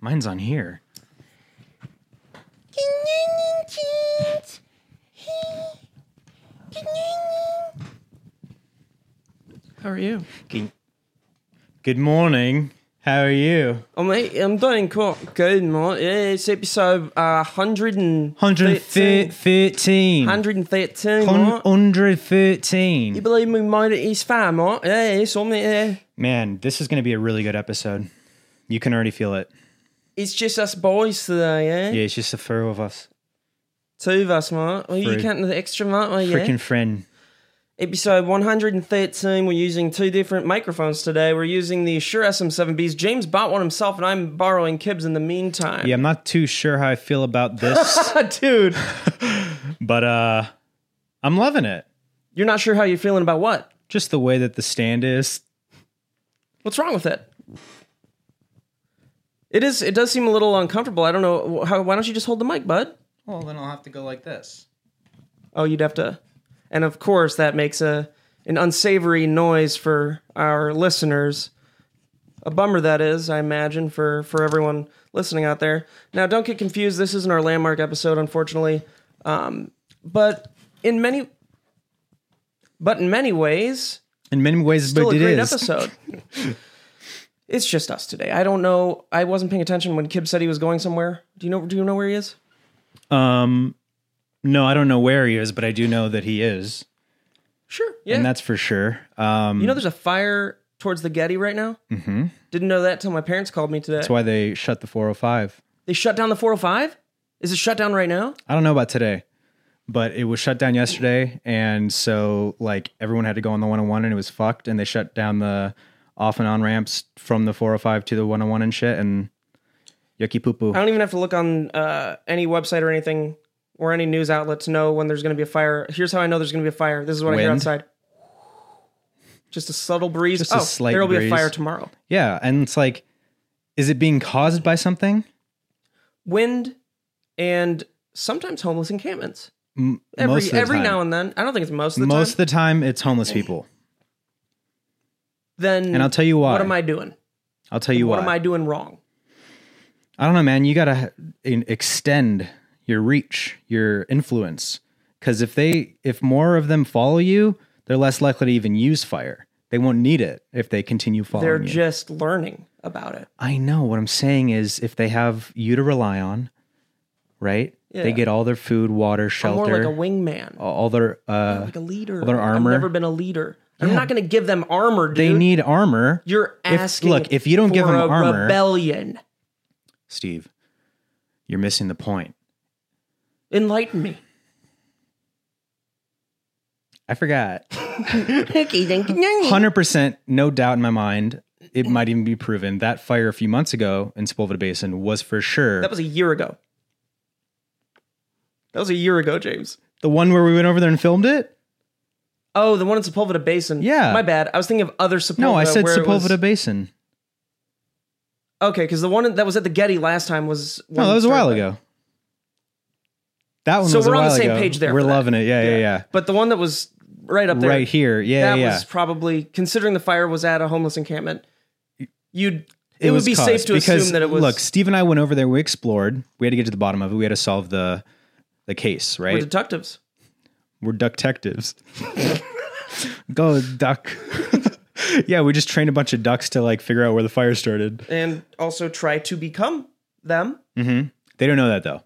mine's on here. How are you? Can- Good morning. How are you? Oh, mate, I'm doing quite good, mate. Yeah, it's episode uh, 113. 113. 113, mate. 113. You believe we made it East Farm, mate? Yeah, it's on there. Man, this is going to be a really good episode. You can already feel it. It's just us boys today, yeah? Yeah, it's just the four of us. Two of us, mate. Well, you Free. counting the extra, mate? Well, yeah. Freaking friend. Episode 113, we're using two different microphones today. We're using the Shure SM7Bs. James bought one himself, and I'm borrowing Kib's in the meantime. Yeah, I'm not too sure how I feel about this, Dude, but uh I'm loving it. you're not sure how you're feeling about what? Just the way that the stand is. What's wrong with it? It is. It does seem a little uncomfortable. I don't know. How, why don't you just hold the mic, bud? Well, then I'll have to go like this. Oh, you'd have to. And of course, that makes a an unsavory noise for our listeners. A bummer that is, I imagine, for for everyone listening out there. Now, don't get confused. This isn't our landmark episode, unfortunately. Um, but in many, but in many ways, In many ways, still but a it great is. episode. it's just us today. I don't know. I wasn't paying attention when Kib said he was going somewhere. Do you know? Do you know where he is? Um, no, I don't know where he is, but I do know that he is, Sure. Yeah. and that's for sure. Um, You know, there's a fire towards the Getty right now. Mm-hmm. Didn't know that till my parents called me today. that's why they shut the 405. They shut down the 405. Is it shut down right now? I don't know about today, but it was shut down yesterday, and so like everyone had to go on the 101, and it was fucked, and they shut down the off and on ramps from the 405 to the 101 and shit, and yucky poo poo. I don't even have to look on uh, any website or anything or any news outlet to know when there's going to be a fire. Here's how I know there's going to be a fire. This is what I hear Wind. outside. Just a subtle breeze. a oh, slight there will be a breeze. fire tomorrow. Yeah, and it's like, is it being caused by something? Wind and sometimes homeless encampments. M- Every most of the every time. now and then. I don't think it's most of the most of time. the time, it's homeless people, then and I'll tell you why. what am I doing? I'll tell you what why. am I doing wrong? I don't know, man. You gotta in- extend your reach, your influence, because if they, if more of them follow you, they're less likely to even use fire. They won't need it if they continue following They're you. just learning about it. I know what I'm saying is if they have you to rely on, right? Yeah. They get all their food, water, I'm more shelter, like a wingman, all their. Uh, like a leader. their armor. I've never been a leader. I'm not going to give them armor, dude. they need armor. You're If- asking. look, if you don't give for them a armor- rebellion. Steve, you're missing the point. Enlighten me. I forgot. Hundred percent, no doubt in my mind. It might even be proven that fire a few months ago in Sepulveda Basin was for sure That was a year ago. That was a year ago, James. the one where we went over there and filmed it. Oh, the one in Sepulveda Basin. Yeah. my bad. I was thinking of other Sepulveda. No, I said where it was- Sepulveda Basin. Okay, because the one that was at the Getty last time was No, Oh, that was a while ago. That one So was a we're on the while same ago. page there We're for that. loving it. Yeah, yeah, yeah. But the one that was right up there, Right here. Yeah, that yeah. was probably considering the fire was at a homeless encampment. You'd it, would was be safe caused to because, assume that it was. Look, Steve and I went over there. We explored. We had to get to the bottom of it. We had to solve the the case. Right. we're detectives. We're ducktectives. Go duck. yeah, we just trained a bunch of ducks to like figure out where the fire started. and also try to become them. They don't know that though.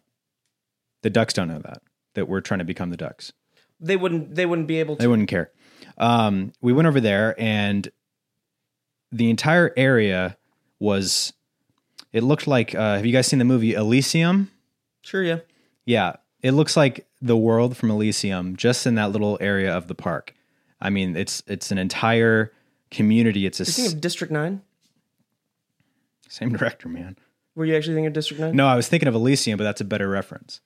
The ducks don't know that that we're trying to become the ducks. They wouldn't. They wouldn't be able They to. wouldn't care. Um, we went over there and the entire area was. It looked like. Uh, have you guys seen the movie Elysium? Sure, yeah. Yeah, it looks like the world from Elysium just in that little area of the park. I mean, it's it's an entire community. It's a You think of District Nine? Same director, man. Were you actually thinking of District Nine? No, I was thinking of Elysium, but that's a better reference.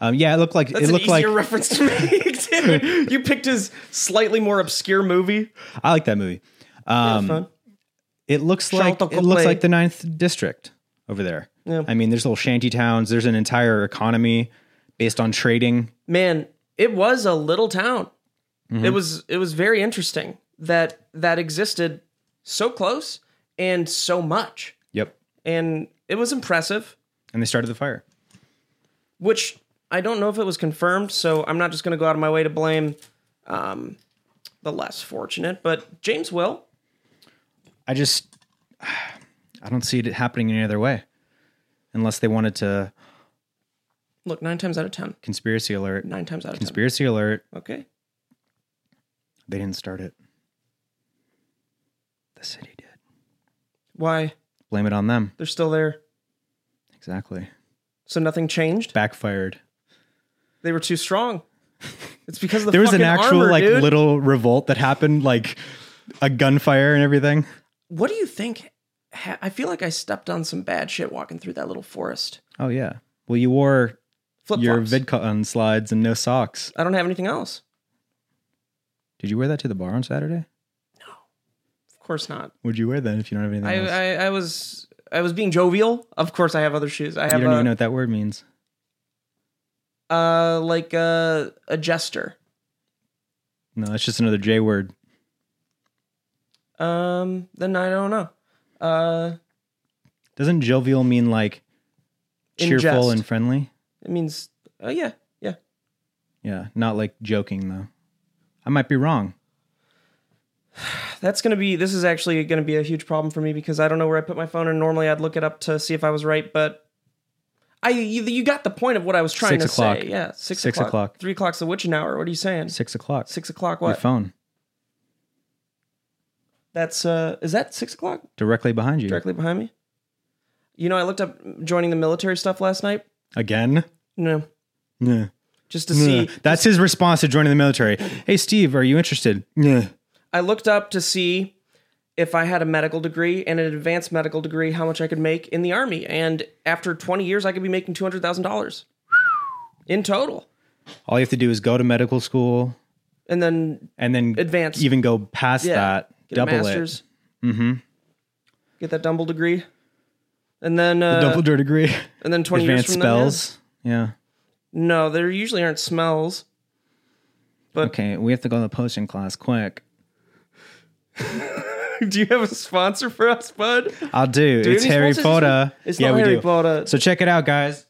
Um, yeah, it looked like That's it an looked easier like reference to make. dude. you picked his slightly more obscure movie. I like that movie. Um, Fun. it looks like Shantok it looks Play. like the ninth district over there. Yeah. I mean, there's little shanty towns. There's an entire economy based on trading. Man, it was a little town. Mm-hmm. It was. It was very interesting that that existed so close and so much. Yep. And it was impressive, and they started the fire. which I don't know if it was confirmed, so I'm not just going to go out of my way to blame um, the less fortunate, but James Will. I just I don't see it happening any other way, unless they wanted to Look, nine times out of ten. conspiracy alert. Nine times out of Conspiracy alert. ten. Okay. They didn't start it. The city did. Why? Blame it on them. They're still there. Exactly. So nothing changed? Backfired. They were too strong. It's because of the there was an fucking actual armor, like dude. little revolt that happened, like a gunfire and everything. What do you think? Ha- I feel like I stepped on some bad shit walking through that little forest. Oh yeah. Well, you wore Flip your flops. VidCon slides and no socks. I don't have anything else. Did you wear that to the bar on Saturday? Of course not. Would you wear that if you don't have anything I, else? I, I was I was being jovial. Of course, I have other shoes. I you have don't a, even know what that word means. uh like a a jester. No, that's just another J word. Um, then I don't know. Uh, Doesn't jovial mean like In cheerful jest. and friendly? it means oh yeah yeah. Yeah, not like joking though. I might be wrong. That's gonna be this is actually gonna be a huge problem for me because I don't know where I put my phone and normally I'd look it up to see if I was right, but I you, you got the point of what I was trying Six to o'clock. say. Yeah, six, Six o'clock. o'clock. Three o'clock's the witching hour. What are you saying? Six o'clock. Six o'clock. Your What? phone That's uh, is that six o'clock directly behind you. directly behind me? You know, I looked up joining the military stuff last night. Again? No, Yeah. just to see. That's his response to joining the military. Hey, Steve, are you interested? Yeah. I looked up to see if I had a medical degree and an advanced medical degree, how much I could make in the army. And after 20 years, I could be making $200,000 in total. All you have to do is go to medical school And then and then Advanced. even go past Yeah. that, get double a master's, Mm-hmm. get that Dumble degree. And then, uh, double dirt degree. and then 20 Advanced years from then, yeah. spells. Yeah. No, there usually aren't smells. But- Okay, we have to go to the potion class quick. do you have a sponsor for us, bud? I'll do. we it's have any Harry sponsors this Potter. week? It's yeah, not we Harry do. Potter. So check it out, guys.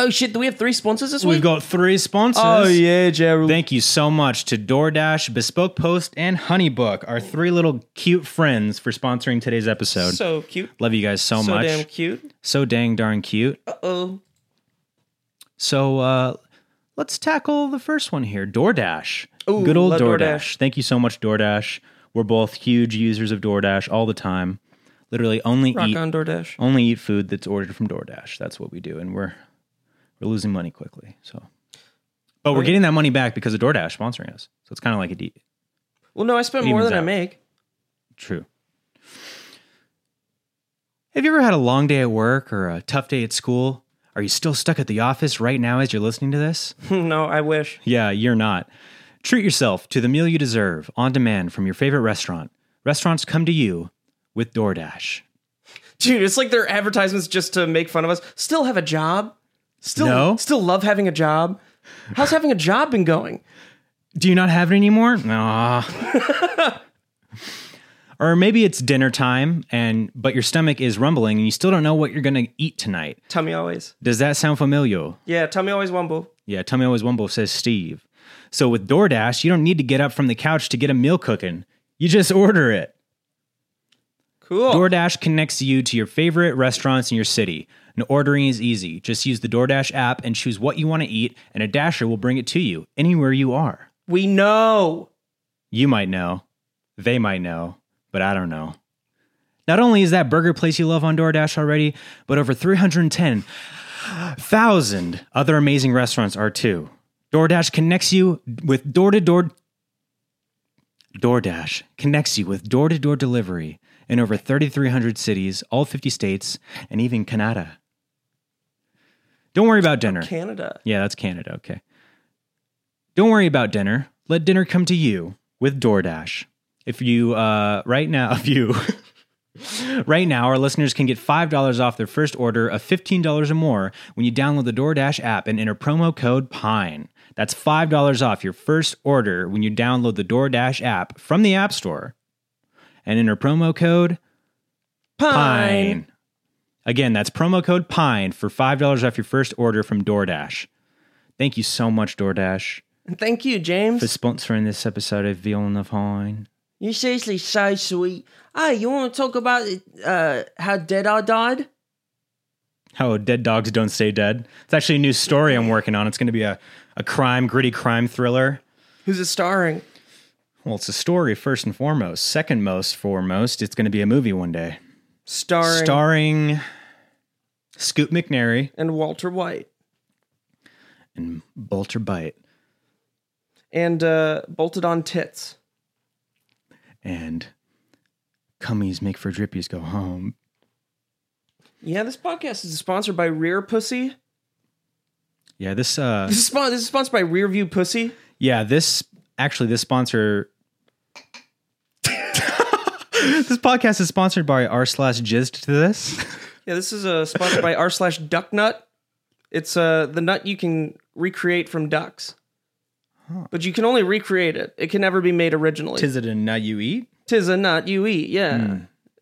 Oh shit! Do we have three sponsors this We've week? got three sponsors. yeah, Gerald. Thank you so much to DoorDash, Bespoke Post, and Honeybook, our three little cute friends, for sponsoring today's episode. so cute, Love you guys so, so much. damn cute. So dang darn cute. Uh oh. So uh, let's tackle the first one here DoorDash. Ooh, Good old love DoorDash. DoorDash. Thank you so much, DoorDash. We're both huge users of DoorDash all the time. Literally only Rock eat on DoorDash. only eat food that's ordered from DoorDash. That's what we do, and we're we're losing money quickly. So, but we're getting that money back because of DoorDash sponsoring us. So it's kind of like a D. Well, no, I spend more evens than I out. make. True. Have you ever had a long day at work or a tough day at school? Are you still stuck at the office right now as you're listening to this? no, I wish. Yeah, you're not. Treat yourself to the meal you deserve on demand from your favorite restaurant. Restaurants come to you with DoorDash. Dude, it's like their advertisements just to make fun of us. Still have a job. Still, No. still love having a job. How's having a job been going? Do you not have it anymore? Nah. or maybe it's dinner time and but your stomach is rumbling and you still don't know what you're gonna eat tonight. Tummy always. Does that sound familiar? Yeah, tummy always wumble. Yeah, tummy always wumble says Steve. So with DoorDash, you don't need to get up from the couch to get a meal cooking. You just order it. Cool. DoorDash connects you to your favorite restaurants in your city. And ordering is easy. Just use the DoorDash app and choose what you want to eat, and a dasher will bring it to you anywhere you are. we know. You might know, they might know, but I don't know. Not only is that burger place you love on DoorDash already, but over 310,000 other amazing restaurants are too. DoorDash connects you with door to door. DoorDash connects you with door to door delivery in over 3,300 cities, all 50 states, and even Canada. Don't worry about dinner. Canada. Yeah, that's Canada. Okay. Don't worry about dinner. Let dinner come to you with DoorDash. If you, uh, right now, if you, right now, our listeners can get $5 off their first order of $15 or more when you download the DoorDash app and enter promo code PINE. That's $5 off your first order when you download the DoorDash app from the App Store and enter promo code Pine. Pine. Again, that's promo code PINE for $5 off your first order from DoorDash. Thank you so much, DoorDash, And thank you, James. for sponsoring this episode of Villeneuve Hine. You're seriously so sweet. Hey, you want to talk about uh, how dead I died? Oh, dead dogs don't stay dead. It's actually a new story I'm working on. It's going to be a, a crime, gritty crime thriller. Who's it starring? Well, it's a story first and foremost. Second most foremost, it's going to be a movie one day. Starring Starring Scoot McNairy and Walter White and Bolter Bite and uh, bolted on tits. and Cummies Make for Drippies Go Home. Yeah, this podcast is sponsored by Rear Pussy. Yeah, this uh This is, spon- this is sponsored by Rearview Pussy. yeah, this actually this sponsor This podcast is sponsored by R slash jizzed to this. Yeah, this is uh, sponsored by r slash duck nut. It's uh, the nut you can recreate from ducks. But you can only recreate it. It can never be made originally. Tis, Tis it a nut you eat? a nut you eat, yeah.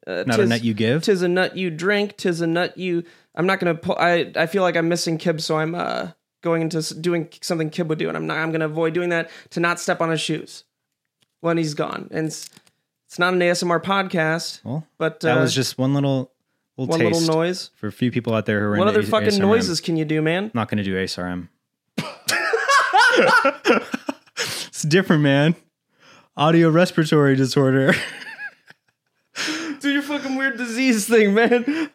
Uh, Not a tis- nut you give? tis a nut you drink tis a nut you i'm not gonna pull i i feel like i'm missing kib so i'm uh going into s- doing something kib would do and i'm not i'm gonna avoid doing that to not step on his shoes when he's gone and it's, it's not an asmr podcast well, but uh, that was just one little little one taste little noise for a few people out there who are what into other A- fucking ASMR. noises can you do man not going to do ASRM. it's different, man. Audio respiratory disorder. do your fucking weird disease thing man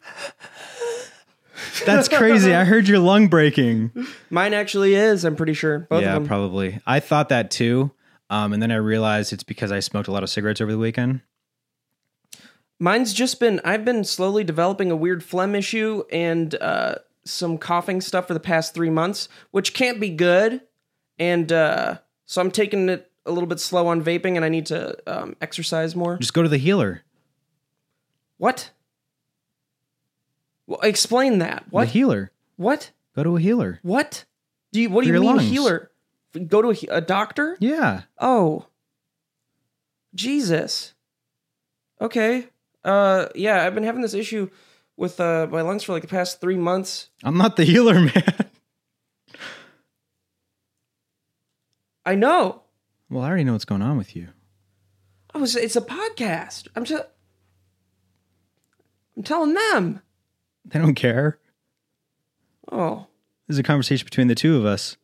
That's crazy. I heard your lung breaking. mine actually is i'm pretty sure both Yeah, of them probably. I thought that too. Um, and then I realized it's because I smoked a lot of cigarettes over the weekend. mine's just been i've been slowly developing a weird phlegm issue and uh some coughing stuff for the past three months which can't be good and uh so i'm taking it a little bit slow on vaping and i need to um, exercise more Just go to the healer. what well, explain that what The healer. what Go to a healer. what do you what do For your you mean lungs. healer go to a, he- a doctor Yeah. Oh. Jesus. Okay. Uh yeah, I've been having this issue with uh my lungs for like the past 3 months. I'm not the healer, man. I know. Well, I already know what's going on with you. I was it's a podcast. I'm just I'm telling them. They don't care. Oh. This is a conversation between the two of us.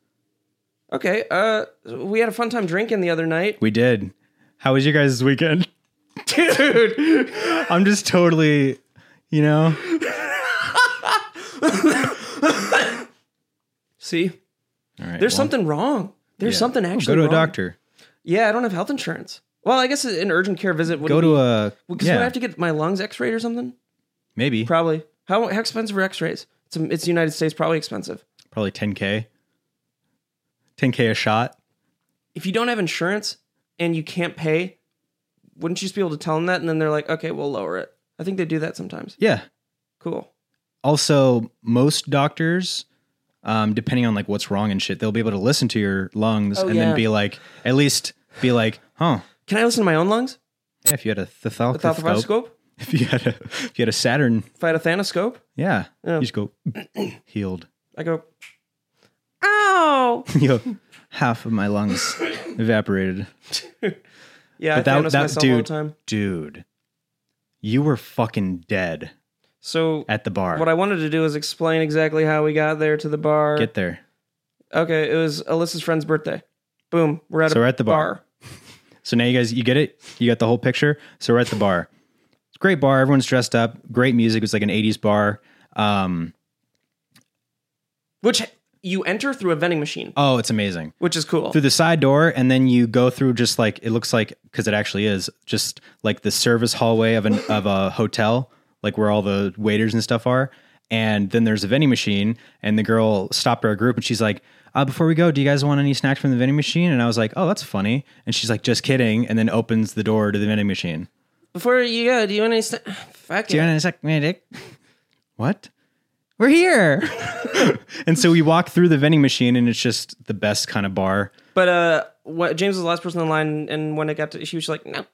Okay. Uh we had a fun time drinking the other night. We did. How was your guys' weekend? Dude. I'm just totally, you know. See? All right. There's well, something wrong. There's yeah. something Oh, actually go to a wrong. doctor. Yeah, I don't have health insurance. Well, I guess an urgent care visit would Go to a because yeah, I have to get my lungs x-rayed or something. maybe Probably. How, how expensive are X-rays? It's it's the United States. Probably expensive. probably 10k. 10k a shot. If you don't have insurance and you can't pay, wouldn't you just be able to tell them that? And then they're like, okay, we'll lower it. I think they do that sometimes. Yeah. Cool. Also, most doctors, um, depending on like what's wrong and shit, they'll be able to listen to your lungs Oh, and yeah. then be like, at least be like, huh, Can I listen to my own lungs yeah, if you had a without the thethalcoscope, scope? if you had a if you had a Saturn, If I had a thanoscope, yeah, Yeah. you just go healed. I go, ow. you go, half of my lungs evaporated. Yeah, But I that- Thanos that myself all the dude- time. dude, you were fucking dead So at the bar. what I wanted to do is explain exactly how we got there to the bar. Get there. okay, it was Alyssa's friend's birthday. Boom, we're at So a we're at the bar. So now you guys, you get it. You got the whole picture. So we're at the bar. It's a great bar. Everyone's dressed up. Great music. It's like an '80s bar. Um, which you enter through a vending machine, oh, it's amazing. which is cool. Through the side door, and then you go through just like it looks like because it actually is just like the service hallway of an of a hotel, like where all the waiters and stuff are. And then there's a vending machine, and the girl stopped our group, and she's like, uh, "Before we go, do you guys want any snacks from the vending machine?" And I was like, "Oh, that's funny." And she's like, "Just kidding," and then opens the door to the vending machine. Before you go, do you want any? St- Fuck Do you it. want to suck my dick? What? We're here. and so we walk through the vending machine, and it's just the best kind of bar. But uh, what James was the last person in line, and when it got to, she was like, "No,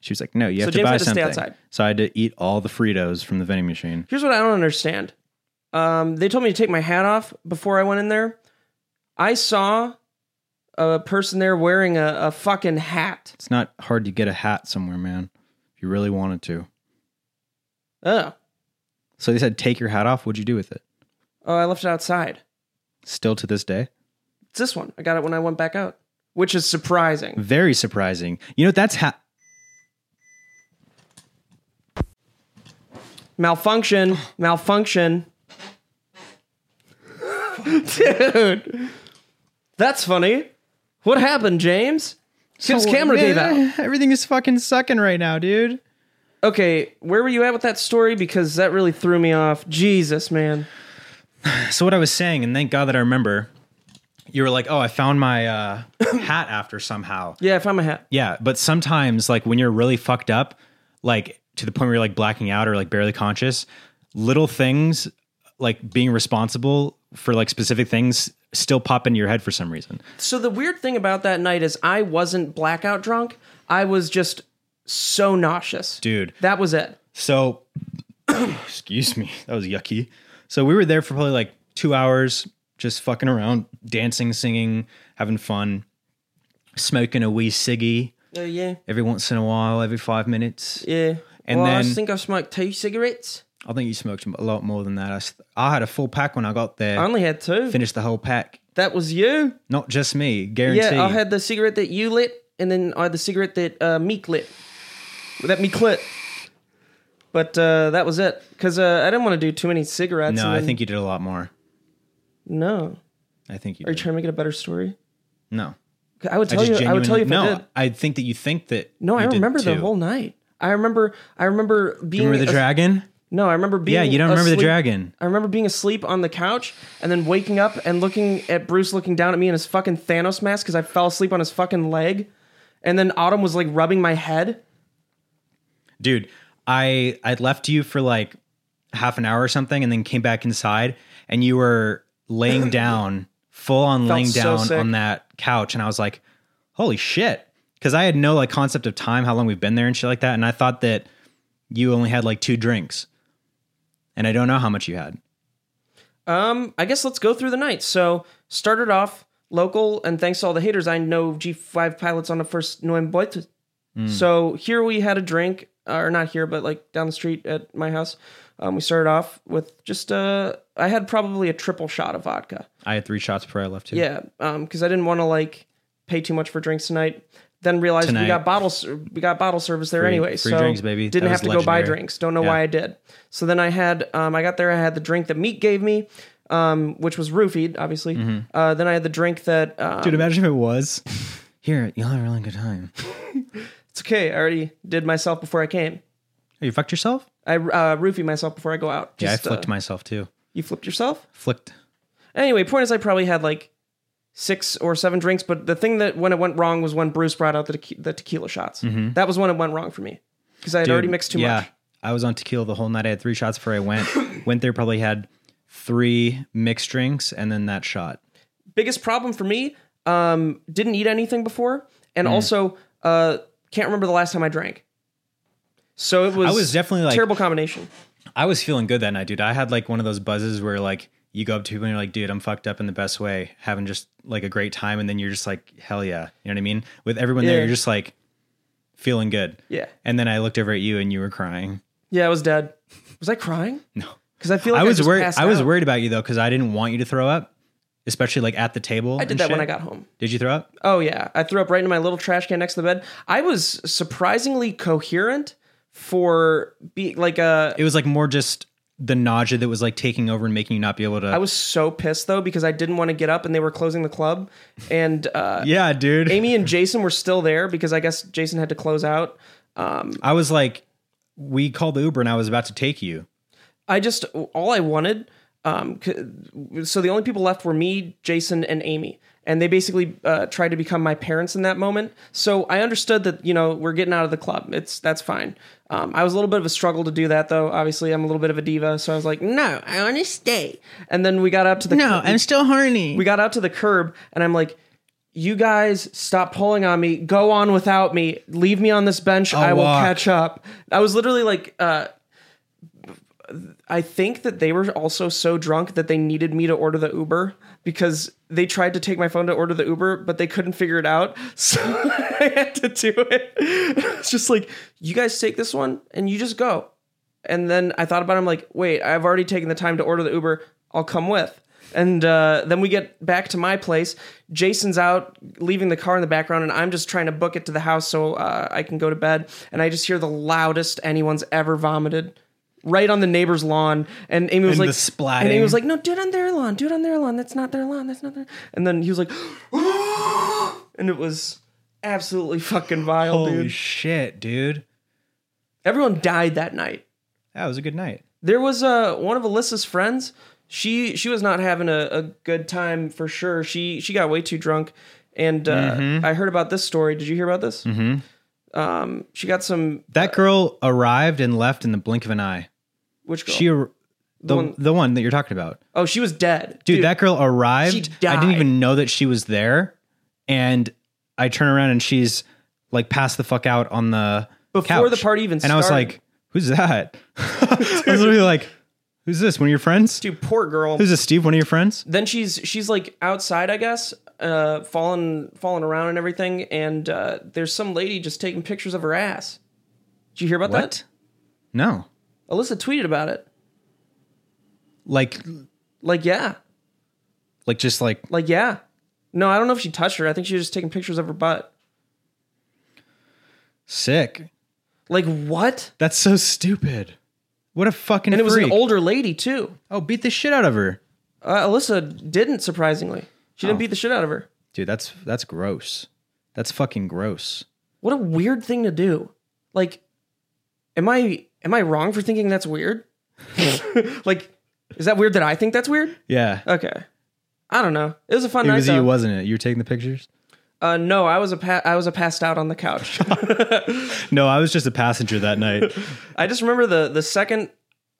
She was like, "No, you have to James buy had to stay something." outside. So I had to eat all the Fritos from the vending machine. Here's what I don't understand. Um, they told me to take my hat off before I went in there. I saw a person there wearing a, a fucking hat. It's not hard to get a hat somewhere, man. If you really wanted to. Oh, So they said, "Take your hat off." What'd you do with it? oh, I left it outside. Still to this day, It's this one. I got it when I went back out, which is surprising. very surprising. You know that's ha- Malfunction, malfunction. Dude, that's funny. What happened, James? His camera gave out. Everything is fucking sucking right now, dude. Okay, where were you at with that story? Because that really threw me off. Jesus, man. So what I was saying, and thank God that I remember, you were like, "Oh, I found my uh, hat after somehow." Yeah, I found my hat. Yeah, but sometimes like when you're really fucked up, like to the point where you're like blacking out or like barely conscious, little things like being responsible for like specific things still pop into your head for some reason. So the weird thing about that night is I wasn't blackout drunk. I was just so nauseous. Dude. That was it. So excuse me, that was yucky. So we were there for probably like 2 hours just fucking around, dancing, singing, having fun, smoking a wee ciggy Oh, yeah. every once in a while, every 5 minutes. Yeah. And well, I then- think I smoked two cigarettes. I think you smoked a lot more than that. I, s- I had a full pack when I got there. I only had two. finished the whole pack. That was you. Not just me, Yeah, guaranteed. I had the cigarette that you lit, and then I had the cigarette that uh, Meek lit. That Meek lit. But uh, that was it. Because uh, I didn't want to do too many cigarettes. no, and I then- think you did a lot more. No. I think you Are you did. trying to make it a better story? no. 'Cause I would tell you. I would tell you if no, I did. think that you think that. No, I you did remember the too. whole night. I remember. I remember being. Remember the as- dragon? No, I remember being. Yeah, you don't remember the asleep- dragon. I remember being asleep on the couch and then waking up and looking at Bruce looking down at me in his fucking Thanos mask because I fell asleep on his fucking leg, and then Autumn was like rubbing my head. Dude, I I left you for like half an hour or something and then came back inside and you were laying down, full on laying so down sick. on that couch and I was like, "Holy shit." Cuz I had no like concept of time how long we've been there and shit like that and I thought that you only had like two drinks. And I don't know how much you had. Um, I guess let's go through the night. So started off local, and thanks to all the haters, I know G5 pilots on the first Noemboit. So here we had a drink, uh, or not here, but like down the street at my house. Um, we started off with just uh, I had probably a triple shot of vodka. I had 3 shots before I left too. Yeah, um, because I didn't want to like pay too much for drinks tonight. Then realized we Tonight. got bottle ser- we got bottle service there anyway. free so drinks, baby. Didn't That have to was go buy legendary. drinks. Don't know why I did. So then I had um, I got there. I had the drink that Meat gave me, um, which was roofied, obviously. Mm-hmm. Uh, then I had the drink that um, Dude, imagine if it was. Here, you'll have a really good time. it's okay. I already did myself before I came. Oh, you fucked yourself? I uh, roofied myself before I go out. yeah, I Just, uh, flicked myself too. You flipped yourself. Flicked. Anyway, point is, I probably had like six or seven drinks. But the thing that when it went wrong was when Bruce brought out the tequi- the tequila shots. That was when it went wrong for me because I had already Mm-hmm. Dude, mixed too much. I was on tequila the whole night. I had three shots before I went. went there, probably had three mixed drinks and then that shot. Biggest problem for me, um, didn't eat anything before, and Mm. also uh, can't remember the last time I drank. So it was. I was definitely, like- terrible combination. I was feeling good that night, dude. I had like one of those buzzes where like you go up to people and you're like, dude, I'm fucked up in the best way, having just like a great time. And then you're just like, hell yeah. You know what I mean? With everyone Yeah. there, you're just like feeling good. Yeah, And then I looked over at you and you were crying. yeah, I was dead. Was I crying? No, because I feel like I was just worried. passed I was out. worried about you though, because I didn't want you to throw up, especially like at the table. I did that when I got home. Did you throw up? Oh yeah, I threw up right into my little trash can next to the bed. I was surprisingly coherent for be like uh It was like more just the nausea that was like taking over and making you not be able to. I was so pissed though because I didn't want to get up and they were closing the club and uh yeah, dude. Amy and Jason were still there because I guess Jason had to close out. Um I was like, we called the Uber and I was about to take you. I just all I wanted um c- so the only people left were me, Jason and Amy. And they basically uh, tried to become my parents in that moment. So I understood that you know we're getting out of the club. It's that's fine. Um, I was a little bit of a struggle to do that though. Obviously, I'm a little bit of a diva, so I was like, "No, I want to stay." And then we got out to the still horny. we got out to the curb and I'm like, you guys stop pulling on me. Go on without me. Leave me on this bench. i will walk." catch up. I was literally like, uh, I think that they were also so drunk that they needed me to order the Uber because they tried to take my phone to order the Uber, but they couldn't figure it out. So I had to do it. It's just like, you guys take this one and you just go. And then I thought about it. I'm like, wait, I've already taken the time to order the Uber. I'll come with. And uh, then we get back to my place. Jason's out, leaving the car in the background, and I'm just trying to book it to the house so uh, I can go to bed. And I just hear the loudest anyone's ever vomited right on the neighbor's lawn. And Amy was And like, the And Amy was splatting. like, no, do it on their lawn. Do it on their lawn. That's not their lawn. That's not their. And then he was like, and it was absolutely fucking vile, Holy dude. shit, dude. Everyone died that night. That was a good night. There was uh, one of Alyssa's friends. She she was not having a, a good time for sure. She she got way too drunk, and uh, Mm-hmm. I heard about this story. Did you hear about this? Mm-hmm. Um, she got some. That girl arrived and left in the blink of an eye. Which girl? She, ar- the, the, one- one, that you're talking about. oh, she was dead, Dude, that girl arrived. She I died. didn't even know that she was there. And I turn around and she's like passed the fuck out on the Before the couch. party even And I was started. like, who's that? I was literally like, who's this? One of your friends? dude, poor girl. Who's this, Steve? One of your friends? then she's she's like outside, I guess, uh, falling falling around and everything. And uh, there's some lady just taking pictures of her ass. Did you hear about that? No. Alyssa tweeted about it. Like, Like, yeah, like just like, like yeah. No, I don't know if she touched her. I think she was just taking pictures of her butt. sick. Like what? That's so stupid. What a fucking And it was freak. an older lady too. oh, beat the shit out of her. Uh, Alyssa didn't surprisingly. She didn't beat the shit out of her. Dude, that's that's gross. That's fucking gross. What a weird thing to do. Like, am I am I wrong for thinking that's weird? like, is that weird that I think that's weird? Yeah. Okay, I don't know. It was a fun it night was though. you, wasn't it? You were taking the pictures? uh, no, I was a pa- I was a passed out on the couch. No, I was just a passenger that night. I just remember the the second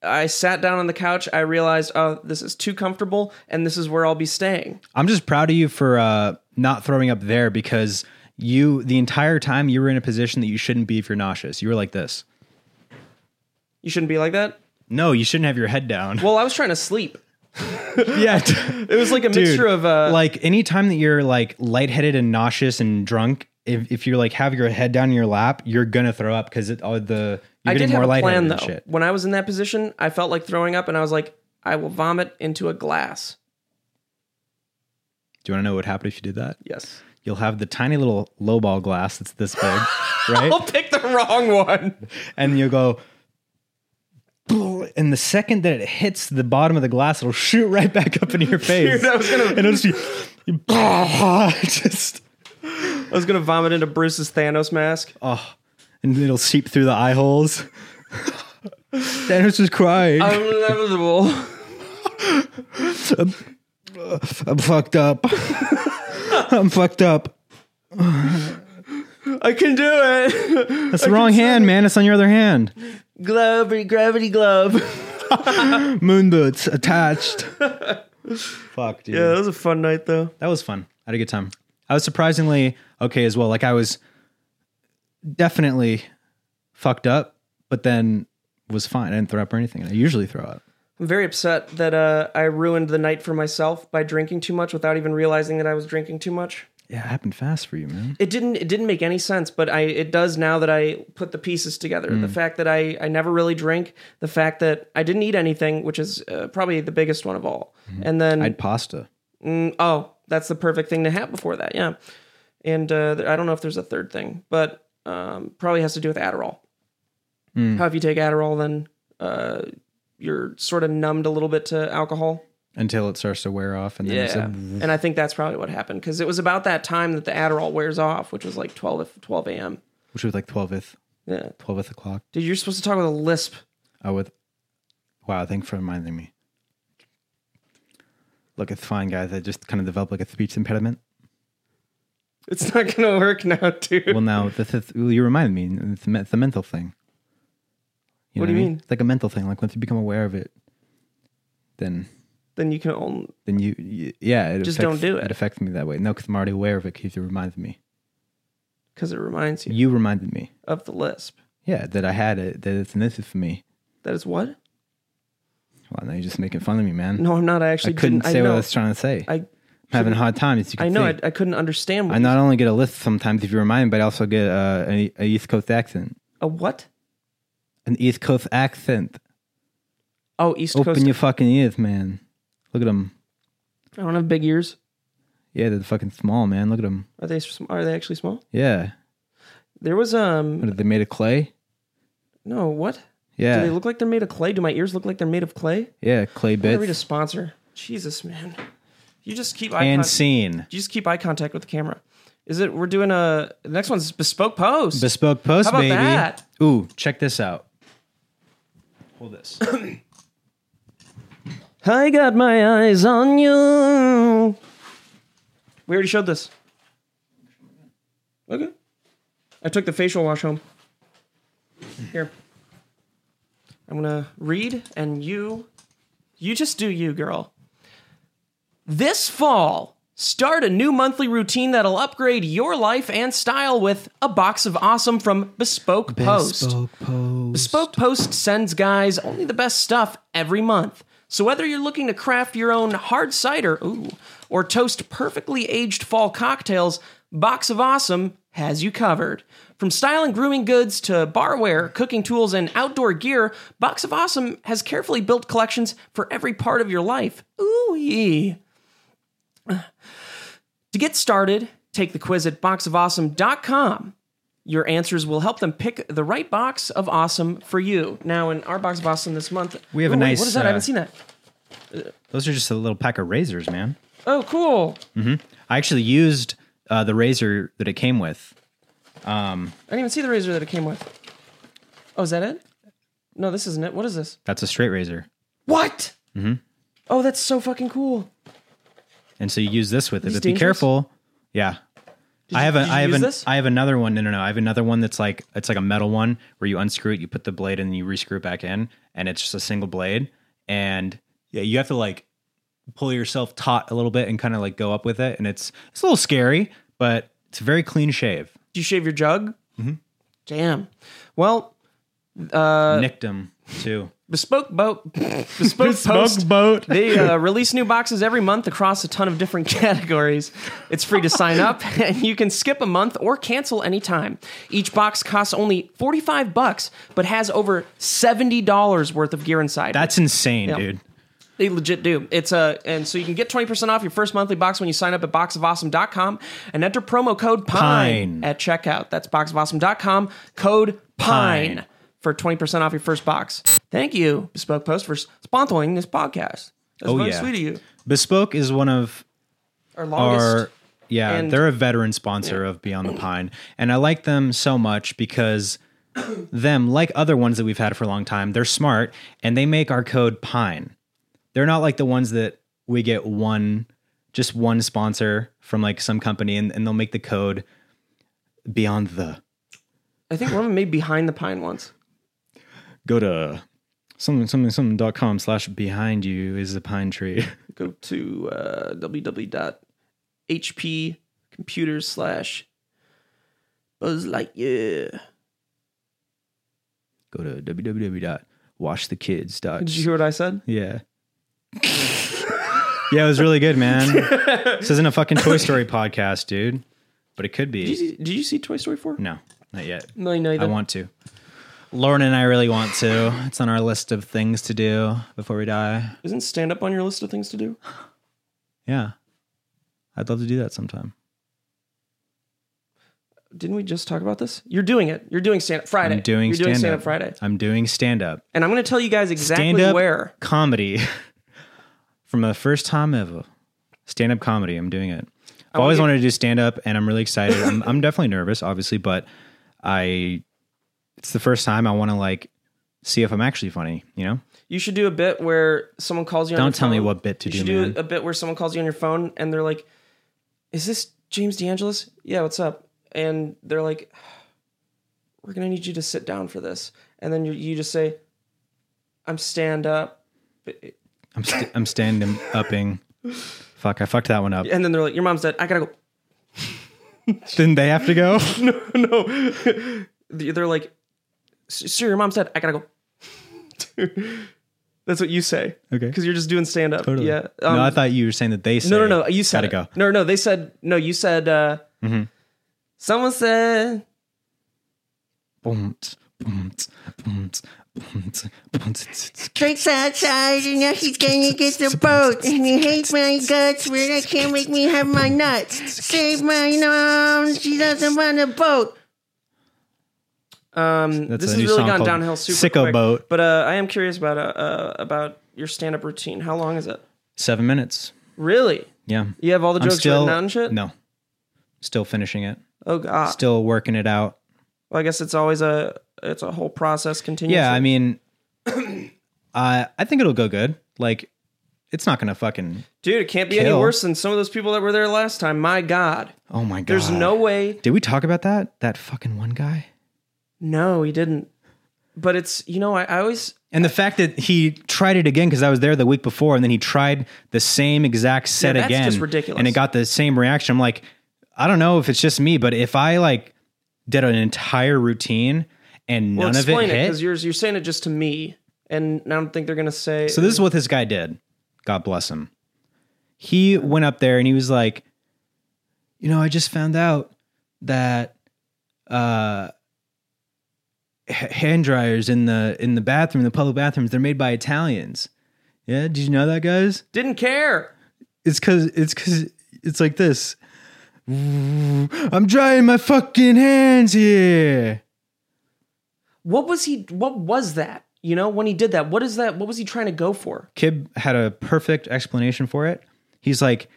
I sat down on the couch, I realized, oh, this is too comfortable, and this is where I'll be staying. I'm just proud of you for uh, not throwing up there because you the entire time you were in a position that you shouldn't be if you're nauseous. You were like this. You shouldn't be like that. No, you shouldn't have your head down. Well, I was trying to sleep. yeah. It was like a mixture of uh, like any time that you're like lightheaded and nauseous and drunk, if, if you're like have your head down in your lap, you're gonna throw up because it all the you're I getting did more have a lightheaded plan and though. shit. When I was in that position, I felt like throwing up, and I was like, I will vomit into a glass. Do you want to know what would happen if you did that? Yes. You'll have the tiny little lowball glass that's this big, right? I'll pick the wrong one. and you'll go and the second that it hits the bottom of the glass it'll shoot right back up into your face Dude, I was gonna- and it'll just be just I was gonna vomit into Bruce's Thanos mask. oh and it'll seep through the eye holes Thanos is crying Unlevable. I'm fucked up I'm fucked up I can do it. that's the wrong hand man it's on your other hand Gravity, gravity glove. moon boots attached fuck dude Yeah, that was a fun night though. that was fun. I had a good time. I was surprisingly okay as well. Like I was definitely fucked up, but then was fine. I didn't throw up or anything. And I usually throw up. I'm very upset that uh, I ruined the night for myself by drinking too much without even realizing that I was drinking too much. Yeah, it happened fast for you, man. it didn't it didn't make any sense but i it does now that i put the pieces together Mm. the fact that i i never really drink the fact that i didn't eat anything which is uh, probably the biggest one of all and then Mm-hmm. I had pasta. mm, oh that's the perfect thing to have before that yeah and uh, th- i don't know if there's a third thing but um, probably has to do with adderall Mm. how if you take adderall then uh, you're sort of numbed a little bit to alcohol Until it starts to wear off and then it's yeah. a, And I think that's probably what happened because it was about that time that the Adderall wears off, which was like 12, if- 12 a.m. which was like twelfth Yeah. twelfth o'clock. Dude, you're supposed to talk with a lisp. I would Wow, thanks for reminding me. Look, it's fine, guys. I just kind of developed like a speech impediment. It's not gonna work now, dude. Well, now the th- well, you reminded me. It's, a me- it's a mental thing. What do I you mean? mean? It's like a mental thing. Like once you become aware of it, then then you can only Then you, y- yeah, it Just affects- don't do it. It affects me that way. No, because I'm already aware of it. Because you reminded me. because it reminds you You reminded me. of the lisp. Yeah, that I had it. That it's an issue for me. That is what? Well, now you're just making fun of me, man. No, I'm not. I I actually couldn't didn't, say I what know, I was trying to say. I am having a hard time. As you can I know. see. I, I couldn't understand. What I you- not only get a list sometimes if you remind me, but I also get uh, a, a East Coast accent. a what? An East Coast accent. Oh, East Open Coast. your fucking ears, man. Look at them. I don't have big ears. Yeah, they're fucking small, man. Look at them. Are they? sm- Are they actually small? Yeah. There was um. What are they made of clay? No, what? Yeah. Do they look like they're made of clay? Do my ears look like they're made of clay? yeah, clay I'm gonna read a bits. sponsor. Jesus, man. You just keep eye And con- scene. you just keep eye contact with the camera. Is it? We're doing a the next one's bespoke post. Bespoke post, How about baby. that? Ooh, check this out. Hold this. I got my eyes on you. We already showed this. Okay. I took the facial wash home. Here. I'm gonna read and you you just do you, girl. This fall, start a new monthly routine that'll upgrade your life and style with a box of awesome from Bespoke Post. Bespoke post. Bespoke Post sends guys only the best stuff every month. So whether you're looking to craft your own hard cider, ooh, or toast perfectly aged fall cocktails, Box of Awesome has you covered. From style and grooming goods to barware, cooking tools, and outdoor gear, Box of Awesome has carefully built collections for every part of your life. Ooh, yee. To get started, take the quiz at boxofawesome.com. Your answers will help them pick the right box of awesome for you. Now, in our box of awesome this month, We have a Oh, wait, nice, What is that? I haven't uh, seen that. Those are just a little pack of razors, man. Oh, cool! I actually used uh, the razor that it came with. I didn't even see the razor that it came with. Oh, is that it? No, this isn't it. What is this? That's a straight razor. What? Mm-hmm. Oh, that's so fucking cool. and so you use this with it. these But be dangerous? careful. Yeah. I have a, did you I have use an, this? I have another one. No, no, no. I have another one that's like it's like a metal one where you unscrew it, you put the blade in, and you rescrew it back in, and it's just a single blade. And yeah, you have to like pull yourself taut a little bit and kind of like go up with it, and it's it's a little scary, but it's a very clean shave. Do you shave your jug? Mm-hmm. Damn. Well, uh, Nicked him too. bespoke boat, bespoke, post. boat. They uh, release new boxes every month across a ton of different categories. It's free to sign up, and you can skip a month or cancel anytime. Each box costs only forty-five bucks, but has over seventy dollars worth of gear inside. That's insane, dude. They legit do. It's a and so you can get 20% off your first monthly box when you sign up at boxofawesome.com and enter promo code PINE, Pine. at checkout. That's boxofawesome.com code PINE, Pine. for 20% off your first box. Thank you, Bespoke Post, for sponsoring this podcast. That's Oh, very yeah. sweet of you. Bespoke is one of Our are longest yeah and- they're a veteran sponsor of beyond the pine and i like them so much because them like other ones that we've had for a long time they're smart and they make our code pine they're not like the ones that we get one just one sponsor from like some company and, and they'll make the code beyond the I think one of them made behind the pine once. go to something something something dot com slash behind you is a pine tree Go to uh, www.hpcomputers slash Buzz Lightyear. go to www.washthekids dot Did you hear what I said? Yeah. yeah, it was really good, man. this isn't a fucking Toy Story podcast, dude. But it could Did be. you, did you see Toy Story 4? No, not yet. No, neither. I want to. Lauren and I really want to. It's on our list of things to do before we die. Isn't stand up on your list of things to do? Yeah. I'd love to do that sometime. Didn't we just talk about this? You're doing it. You're doing stand up Friday. I'm doing You're doing stand stand-up. up Friday. I'm doing stand up. And I'm going to tell you guys exactly Stand up where. comedy from the first time ever. Stand up comedy. I'm doing it. I've wanna always get- wanted to do stand up, and I'm really excited. I'm, I'm definitely nervous, obviously, but I it's the first time I want to like see if I'm actually funny. You know, You should do a bit where someone calls you on Don't your tell me phone. what bit to you do, should do man. a bit where someone calls you on your phone and they're like, Is this James DeAngelis? Yeah, what's up? And they're like, We're going to need you to sit down for this. And then you, you just say, I'm stand up. I'm st- I'm standing upping. Fuck, I fucked that one up. And then they're like, "Your mom's dead. I gotta go." Didn't they have to go? no, they're like, "Sir, your mom's dead. I gotta go." Dude, that's what you say. Okay. because you're just doing stand up. Totally. Yeah. Um, no, I thought you were saying that they said. no, no, no. You said gotta it. go. No, no. They said no. You said uh, Mhm. someone said Boom, tsk, boom, tsk, boom, tsk, boom, tsk, boom, tsk, tsk, tsk. drinks outside and now she's gonna get the boat and he hates my guts but I can't make me have my nuts. Save my mom, she doesn't want a boat. um, That's this a has new really song gone called downhill super Sicko quick. Boat. But uh, I am curious about uh, uh about your stand up routine. How long is it? Seven minutes. Really? Yeah. You have all the I'm jokes still written out and shit? no, still finishing it. Oh god. Still working it out. well, I guess it's always a it's a whole process continuously. Yeah, I mean, I I think it'll go good. Like, it's not gonna fucking. dude, it can't be any Kill. worse than some of those people that were there last time. My god. Oh my god. There's no way. Did we talk about that? That fucking one guy. No, he didn't. But it's you know I, I always And the fact that he tried it again because I was there the week before, and then he tried the same exact set that's again. just ridiculous. And it got the same reaction. I'm like, I don't know if it's just me, but if I like did an entire routine and well, none of explain it it hit, because you're you're saying it just to me, and I don't think they're gonna say. So this is what this guy did. God bless him. He went up there and he was like, you know, I just found out that uh h- hand dryers in the in the bathroom, the public bathrooms, they're made by Italians. Yeah, did you know that guys? didn't care. It's cuz it's cuz it's like this. I'm drying my fucking hands here. What was he? What was that? You know when he did that. What is that? What was he trying to go for? Kib had a perfect explanation for it. He's like,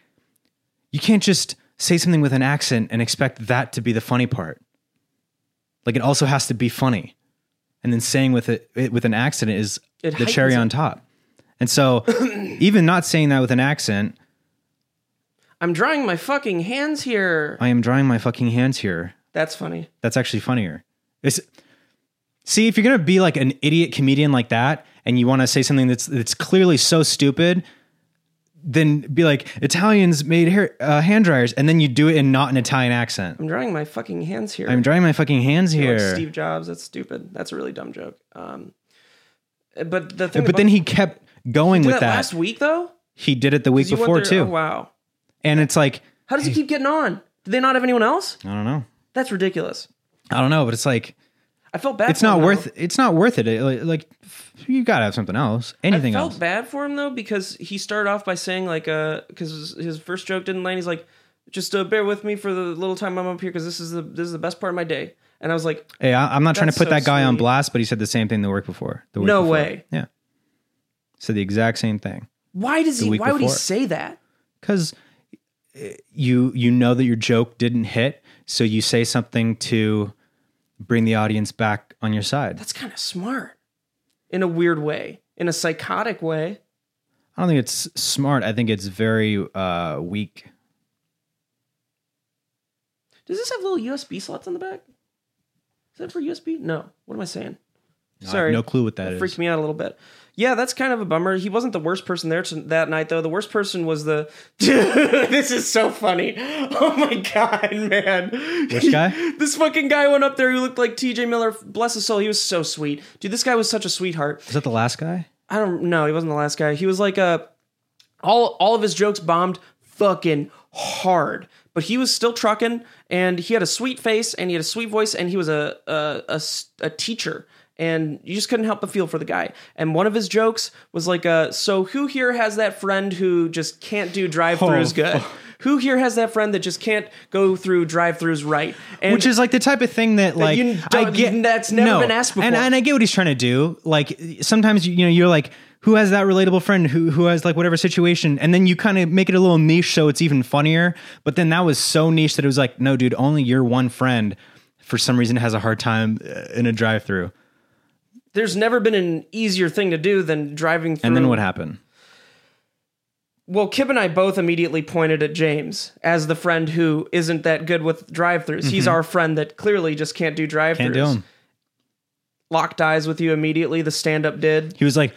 you can't just say something with an accent and expect that to be the funny part. Like it also has to be funny. And then saying with it, it with an accent is It the cherry heightens on top. And so even not saying that with an accent, I'm drying my fucking hands here. I am drawing my fucking hands here. That's funny. That's actually funnier. It's, see, if you're gonna be like an idiot comedian like that, and you want to say something that's that's clearly so stupid, then be like Italians made hair, uh, hand dryers, and then you do it in not an Italian accent. I'm drying my fucking hands here. I'm drying my fucking hands like here. Steve Jobs. That's stupid. That's a really dumb joke. Um, but the thing. but about- then he kept going did with that. last week though. he did it the week 'Cause you went before there- too, oh, wow. and it's like How does he keep getting on? Do they not have anyone else? I don't know, That's ridiculous. I don't know, but it's like I felt bad. it's for him, not though. worth it's not worth it. It- like- like you gotta have something else, anything I felt else. bad for him though because he started off by saying like uh because his first joke didn't land. He's like, just uh, bear with me for the little time I'm up here because this is the this is the best part of my day. And I was like, Hey, I, I'm not trying to That's put so that guy on sweet. blast, but he said the same thing the week before. The week No before. way. Yeah. Said the exact same thing why does he? week Why would he before. say that? because eh, you you know that your joke didn't hit, so you say something to bring the audience back on your side. That's kind of smart, in a weird way, in a psychotic way. I don't think it's smart. I think it's very uh, weak. Does this have little USB slots on the back? Is that for USB? No. What am I saying? No, I Sorry. have no clue what that That is. freaked me out a little bit. Yeah, that's kind of a bummer. He wasn't the worst person there to, that night, though. The worst person was the. this is so funny. Oh my god, man! Which guy? this fucking guy went up there who looked like T.J. Miller. Bless his soul, he was so sweet, dude. This guy was such a sweetheart. Is that the last guy? I don't know. He wasn't the last guy. He was like a all all of his jokes bombed fucking hard, but he was still trucking, and he had a sweet face, and he had a sweet voice, and he was a a a s- a teacher. And you just couldn't help but feel for the guy. And one of his jokes was like, uh, "So who here has that friend who just can't do drive-throughs Oh, good? Who here has that friend that just can't go through drive-throughs right?" And Which is like the type of thing that like you I don't- get that's never been asked before. and, and I get what he's trying to do. Like sometimes you you know you're like, who has that relatable friend who who has like whatever situation, and then you kind of make it a little niche so it's even funnier. But then that was so niche that it was like, no, dude, only your one friend for some reason has a hard time uh, in a drive-through. there's never been an easier thing to do than driving through. And then what happened? Well, Kib and I both immediately pointed at James as the friend who isn't that good with drive-throughs. He's our friend that clearly just can't do drive-throughs. Mm-hmm. Can't do him. Locked eyes with you immediately. The stand-up did. He was like,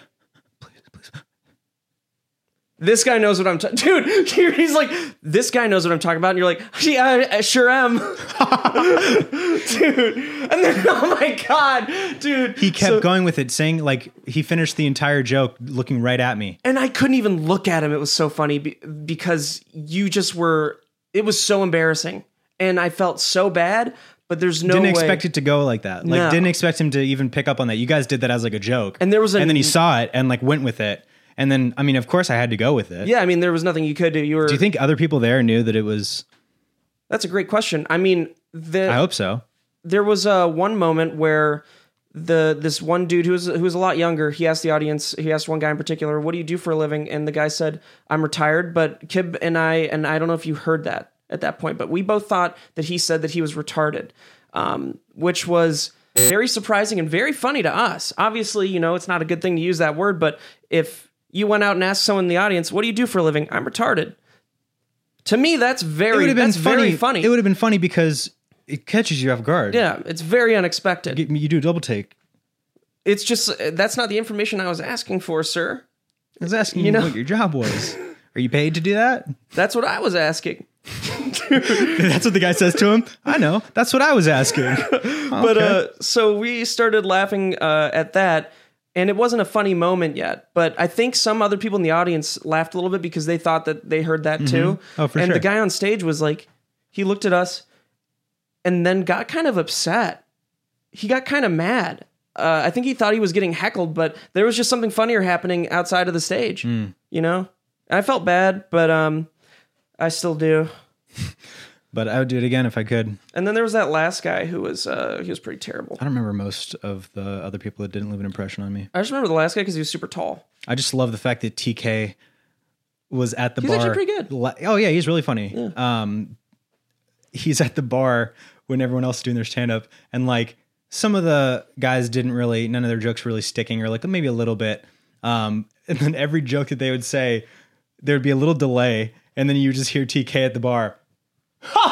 This guy knows what I'm talking. Dude, he's like, this guy knows what I'm talking about, and you're like, yeah, I, I sure am, dude. And then, oh my god, dude, He kept going with it, saying like he finished the entire joke looking right at me. and I couldn't even look at him. It was so funny be- because you just were. It was so embarrassing, and I felt so bad. But there's no Didn't way. expect it to go like that. Like No. didn't expect him to even pick up on that. You guys did that as like a joke, And there was a- and then he saw it and like went with it, and then I mean, of course, I had to go with it. yeah, I mean, there was nothing you could do. You were. Do you think other people there knew that it was? that's a great question. I mean, the I hope so. there was uh, one moment where the this one dude who was who was a lot younger he asked the audience he asked one guy in particular what do you do for a living and the guy said i'm retired but kib and i and i don't know if you heard that at that point but we both thought that he said that he was retarded um, which was very surprising and very funny to us obviously you know it's not a good thing to use that word but if you went out and asked someone in the audience what do you do for a living i'm retarded to me that's It very would have been that's funny. very funny It would have been funny because it catches you off guard. yeah it's very unexpected Get me- you do a double take. it's just uh, that's not the information I was asking for, sir. I was asking you, know- what your job was. Are you paid to do that? That's what I was asking. That's what the guy says to him. I know. That's what I was asking. But uh, so we started laughing uh, at that, and it wasn't a funny moment yet. But I think some other people in the audience laughed a little bit because they thought that they heard that too. Oh, for and sure. the guy on stage was like, he looked at us, and then got kind of upset. He got kind of mad. Uh, I think he thought he was getting heckled, but there was just something funnier happening outside of the stage. Mm. You know, I felt bad, but um, I still do. But I would do it again if I could. And then there was that last guy who was uh, he was pretty terrible. I don't remember most of the other people that didn't leave an impression on me. I just remember the last guy because he was super tall. I just love the fact that TK was at the He's bar. actually pretty good. La- Oh yeah, he's really funny. Um, he's at the bar when everyone else is doing their stand up, and like some of the guys didn't really, none of their jokes were really sticking, or like maybe a little bit. Um, and then every joke that they would say, there would be a little delay, and then you just hear TK at the bar.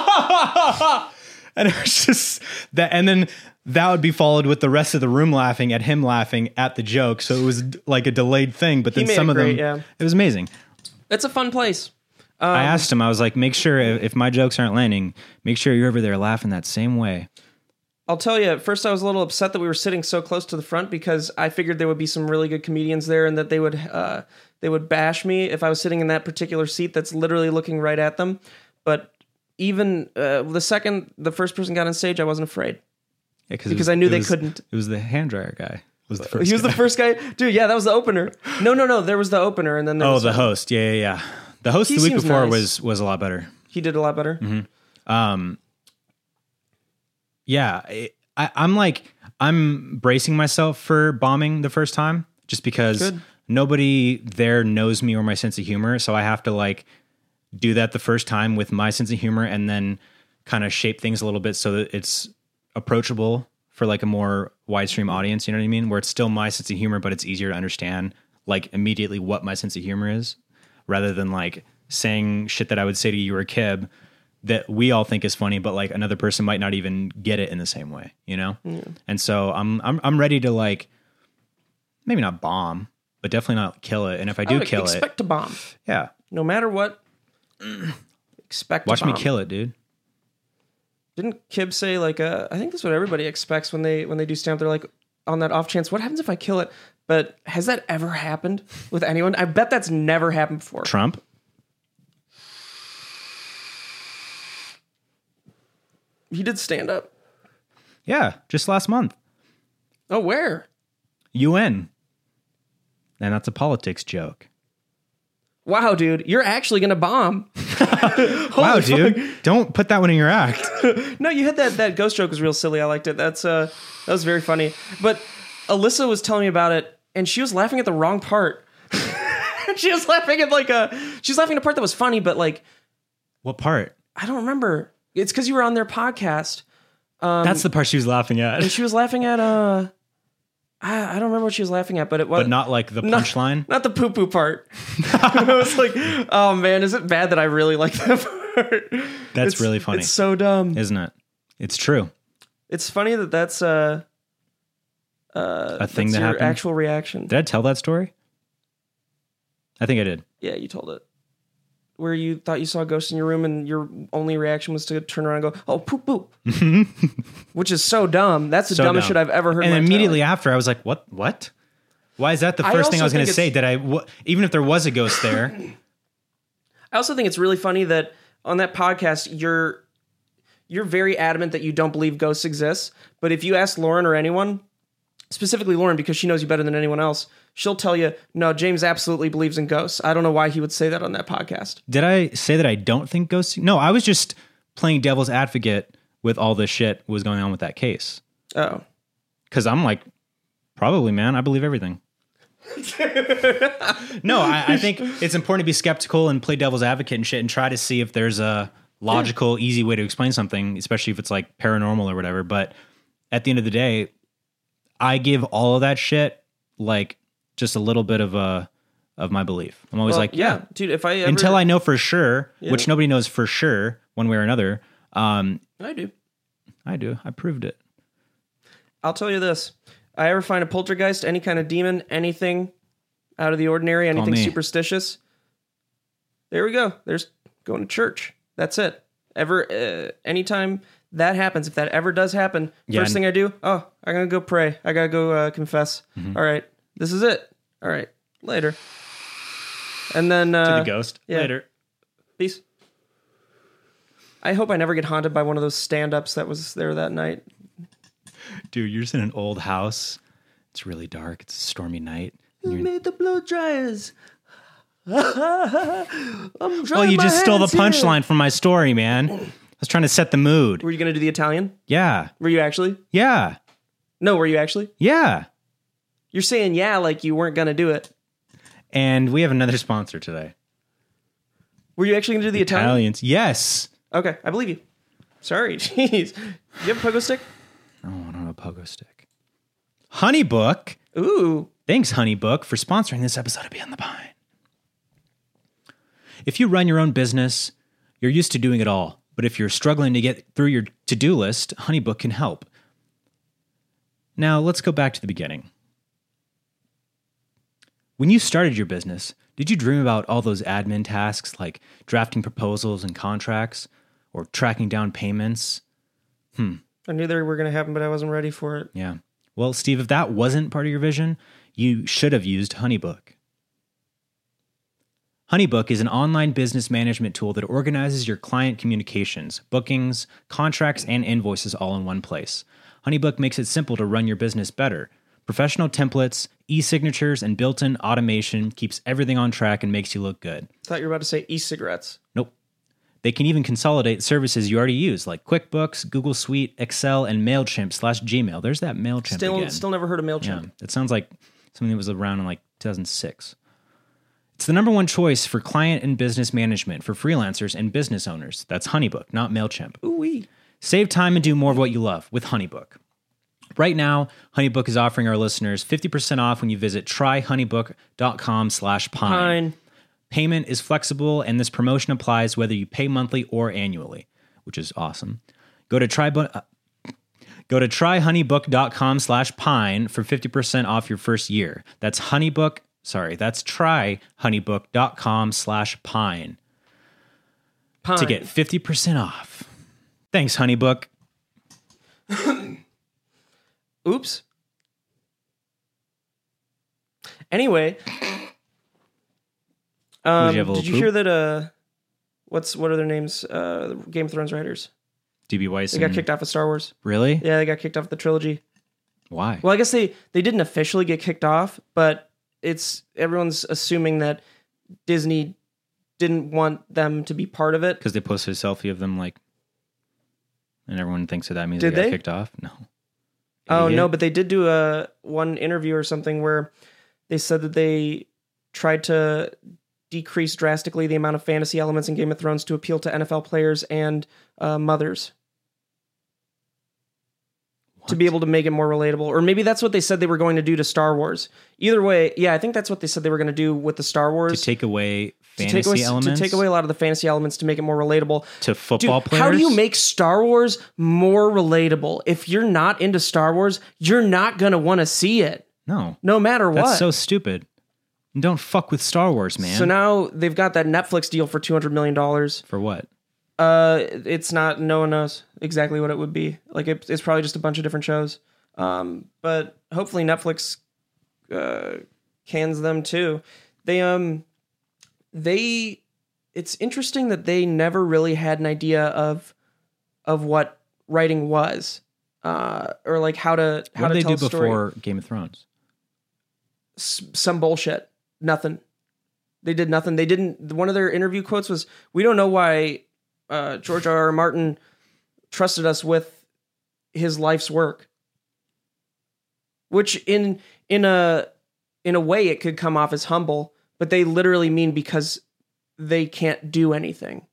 And it was just that, and then that would be followed with the rest of the room laughing at him laughing at the joke. So it was d- like a delayed thing, but then made some it of them, great, yeah. Um, it was amazing. It's a fun place. I asked him, I was like, make sure if, if my jokes aren't landing, make sure you're over there laughing that same way. I'll tell you. At first, I was a little upset that we were sitting so close to the front because I figured there would be some really good comedians there and that they would uh, they would bash me if I was sitting in that particular seat that's literally looking right at them. But even uh, the second the first person got on stage, I wasn't afraid. Yeah, Because I knew they couldn't. Uh, It was the hand dryer guy. Was the first he was guy. the first guy, dude. Yeah, that was the opener. No, no, no. There was the opener, and then there oh was, the host. Yeah, yeah, yeah. The host He the week seems before nice. was was a lot better. he did a lot better. Mm-hmm. yeah I, I i'm like i'm bracing myself for bombing the first time just because nobody there knows me or my sense of humor so i have to like do that the first time with my sense of humor and then kind of shape things a little bit so that it's approachable for like a more wide stream audience you know what i mean where it's still my sense of humor but it's easier to understand like immediately what my sense of humor is rather than like saying shit that i would say to you or kib that we all think is funny but like another person might not even get it in the same way you know Mm. and so I'm, I'm i'm ready to like maybe not bomb but definitely not kill it and if i do I would kill expect it to bomb. yeah no matter what. expect. watch a me bomb. kill it dude Didn't Kib say like uh, I think that's what everybody expects when they when they do stand up. They're like on that off chance, what happens if I kill it? But has that ever happened with anyone? I bet that's never happened before. trump He did stand up. yeah just last month Oh, where? UN. And that's a politics joke. Wow, dude, you're actually gonna bomb. wow, dude. Don't put that one in your act. No, you had that that ghost joke was real silly. I liked it. That's uh that was very funny. But Alyssa was telling me about it, and she was laughing at the wrong part. she was laughing at like a she was laughing at a part that was funny, but like what part? I don't remember. It's because you were on their podcast. Um, that's the part she was laughing at. She was laughing at uh, I, I don't remember what she was laughing at, but it was But not like the punchline. not the poo poo part. I was like, oh man, is it bad that I really like that part? That's It's- really funny, It's so dumb. isn't it? It's true. It's funny that that's uh, a thing that that's Uh, your happened. actual reaction. did I tell that story? I think I did. Yeah, you told it. Where you thought you saw a ghost in your room and your only reaction was to turn around and go, oh, poop, poop. Which is so dumb. That's the So dumbest dumb. shit I've ever heard. in And my entire immediately life. after, I was like, "What? What? Why is that the I first thing also I was going to think say? it's- Did I? wha- even if there was a ghost there, I also think it's really funny that on that podcast, you're you're very adamant that you don't believe ghosts exist. But if you ask Lauren or anyone, specifically Lauren, because she knows you better than anyone else, she'll tell you, no, James absolutely believes in ghosts. I don't know why he would say that on that podcast. did I say that I don't think ghosts? No, I was just playing devil's advocate with all this shit was going on with that case Oh. because I'm like, probably, man, I believe everything. no, I, I think it's important to be skeptical and play devil's advocate and shit and try to see if there's a logical, easy way to explain something, especially if it's like paranormal or whatever. But at the end of the day, I give all of that shit like just a little bit of a of my belief. I'm always Well, like, yeah, dude. If I ever, until I know for sure, which nobody knows for sure one way or another. Um, I do. I do. I proved it. I'll tell you this: I ever find a poltergeist, any kind of demon, anything out of the ordinary, anything me. superstitious. There we go. There's going to church. That's it. Ever, uh, anytime that happens, if that ever does happen, Yeah, first and- thing I do, oh, I'm gonna go pray. I gotta go uh, confess. Mm-hmm. All right, this is it. All right, later. And then uh, the ghost yeah. later. peace. I hope I never get haunted by one of those stand-ups that was there that night. Dude, you're just in an old house. It's really dark. It's a stormy night. And you're- made the blow dryers. I'm well, Oh, you just stole the punchline from my story, man. I was trying to set the mood. Were you gonna do the Italian? Yeah. Were you actually? Yeah. No, were you actually? Yeah. You're saying yeah, like you weren't gonna do it. And we have another sponsor today. Were you actually gonna do the Italian? Italians. Yes. Okay, I believe you. Sorry, jeez. You have a pogo stick? Oh, I don't have a pogo stick. Honeybook. Ooh, Thanks, Honeybook, for sponsoring this episode of Beyond the Pine. If you run your own business, you're used to doing it all. But if you're struggling to get through your to do list, Honeybook can help. Now, let's go back to the beginning. When you started your business, did you dream about all those admin tasks like drafting proposals and contracts or tracking down payments? I knew they were gonna happen, but I wasn't ready for it. Yeah. Well, Steve, if that wasn't part of your vision, you should have used Honeybook. Honeybook is an online business management tool that organizes your client communications, bookings, contracts, and invoices all in one place. Honeybook makes it simple to run your business better. Professional templates, e signatures, and built in automation keeps everything on track and makes you look good. Thought you were about to say e-cigarettes. Nope. They can even consolidate services you already use, like QuickBooks, Google Suite, Excel, and MailChimp slash Gmail. There's that MailChimp Still, again. still never heard of Yeah, Mailchimp. it sounds like something that was around in like 2006. It's the number one choice for client and business management for freelancers and business owners. That's Honeybook, not MailChimp. Ooh wee. Save time and do more of what you love with Honeybook. Right now, Honeybook is offering our listeners 50% off when you visit tryhoneybook.com slash pine. Fine. Payment is flexible, and this promotion applies whether you pay monthly or annually, which is awesome. Go to try, uh, go to tryhoneybook.com slash pine for 50% off your first year. That's honeybook, sorry, that's tryhoneybook.com slash pine Pine. to get 50% off. Thanks, Honeybook. Oops. Anyway, um, you have a little did you poop? hear that? Uh, what's what are their names? Uh, Game of Thrones writers. DB Weiss. They got kicked off of Star Wars. Really? Yeah, they got kicked off the trilogy. Why? Well, I guess they they didn't officially get kicked off, but it's everyone's assuming that Disney didn't want them to be part of it. Because they posted a selfie of them like, and everyone thinks that that means Did they got they? kicked off. No. Oh Idiot. no, but they did do a one interview or something where they said that they tried to decrease drastically the amount of fantasy elements in Game of Thrones to appeal to NFL players and uh, mothers to be What? able to make it more relatable. Or maybe that's what they said they were going to do to Star Wars. Either way, yeah, I think that's what they said they were going to do with the Star to Wars take away To fantasy take away, elements to take away a lot of the fantasy elements to make it more relatable. to Dude, football players. how do you make Star Wars more relatable? If you're not into Star Wars, you're not going to want to see it. no? No matter what. That's so stupid. And don't fuck with Star Wars, man. So now they've got that Netflix deal for two hundred million dollars. For what? Uh, it's not. No one knows exactly what it would be. Like it, it's probably just a bunch of different shows. Um, but hopefully Netflix uh, cans them too. They um, they. It's interesting that they never really had an idea of of what writing was, uh, or like how to how what to did they tell do a story. before Game of Thrones? s- some bullshit. Nothing. They did nothing. They didn't. One of their interview quotes was, "We don't know why uh, George R. R. Martin trusted us with his life's work," which in in a in a way it could come off as humble, but they literally mean because they can't do anything,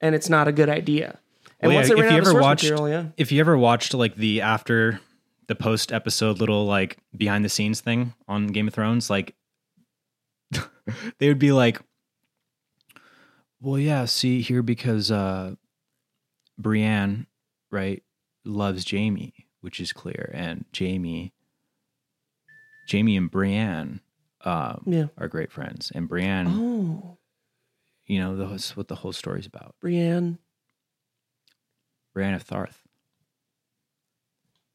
and it's not a good idea. And Well, once yeah, they if ran you out of ever source watched- material, yeah, if you ever watched like the after the post episode little like behind the scenes thing on Game of Thrones, like they would be like, "Well, yeah, see here because uh Brienne, right, loves Jamie, which is clear, and Jamie, Jamie and Brienne, um, Yeah. are great friends, and Brienne, oh, you know, that's what the whole story's about, Brienne, Brienne of Tarth,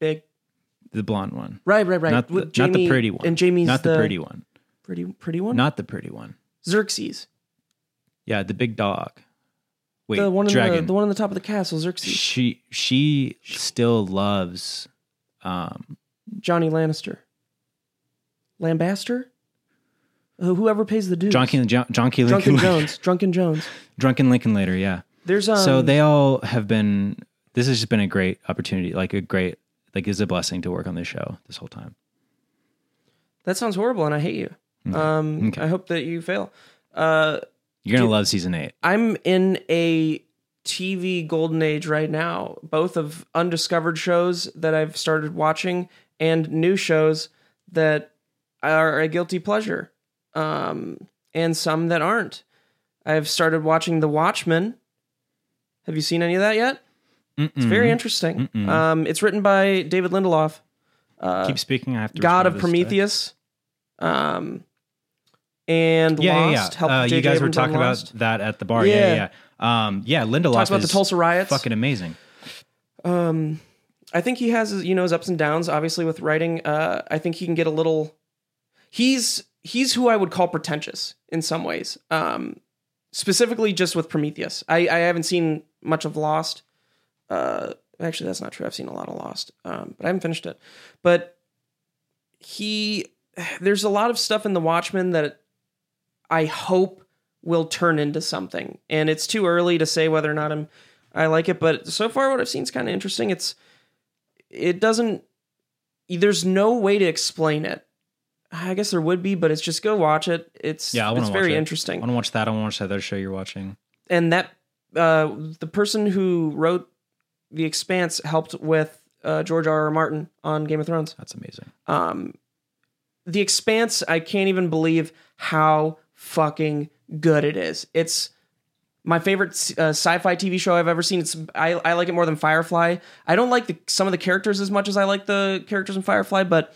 big, the blonde one." right, right, right. Not the, With not the Jaime- pretty one. and Jamie's not the, pretty one. pretty pretty one. Not the pretty one. Xerxes. Yeah, the big dog. Wait, the one in dragon. the the one on the top of the castle, Xerxes. she she still loves. Um, Johnny Lannister. Lambaster? Uh, whoever pays the dues. Jonkin, Jon- Jonky Lincoln, Drunken Jones. Drunken Jones. Drunken Lincoln later. Yeah. There's um so they all have been. This has just been a great opportunity. Like a great. Like it's a blessing to work on this show this whole time. that sounds horrible and I hate you. Um Mm-hmm. Okay. I hope that you fail. Uh You're gonna love season eight. I'm in a TV golden age right now, both of undiscovered shows that I've started watching and new shows that are a guilty pleasure, um, and some that aren't. I've started watching The Watchmen. Have you seen any of that yet? It's Mm-hmm. very interesting. Um, it's written by David Lindelof, Keep speaking. I have to. respond God of to this today. Prometheus, um, and Yeah, yeah, Lost. yeah. helped Uh, J.J. you guys were Abrams on talking about Lost. that at the bar. Yeah, Yeah. yeah. Yeah, um, yeah Lindelof Talked about the is Tulsa riots. Fucking amazing. um i think he has his you know his ups and downs obviously with writing uh i think he can get a little he's he's who i would call pretentious in some ways um specifically just with prometheus i i haven't seen much of lost uh actually that's not true i've seen a lot of lost um but i haven't finished it but he there's a lot of stuff in the watchmen that i hope will turn into something and it's too early to say whether or not i'm I like it, but so far what I've seen is kind of interesting. It's it doesn't there's no way to explain it. I guess there would be, but it's just go watch it. It's Yeah, I yeah, wanna it's watch very it. I interesting. want to watch that. I want to watch that other show you're watching. and that uh the person who wrote The Expanse helped with uh George R. R. Martin on Game of Thrones. That's amazing. Um The Expanse, I can't even believe how fucking good it is. It's my favorite uh, sci-fi TV show I've ever seen. It's I, I like it more than Firefly. I don't like the, some of the characters as much as I like the characters in Firefly, but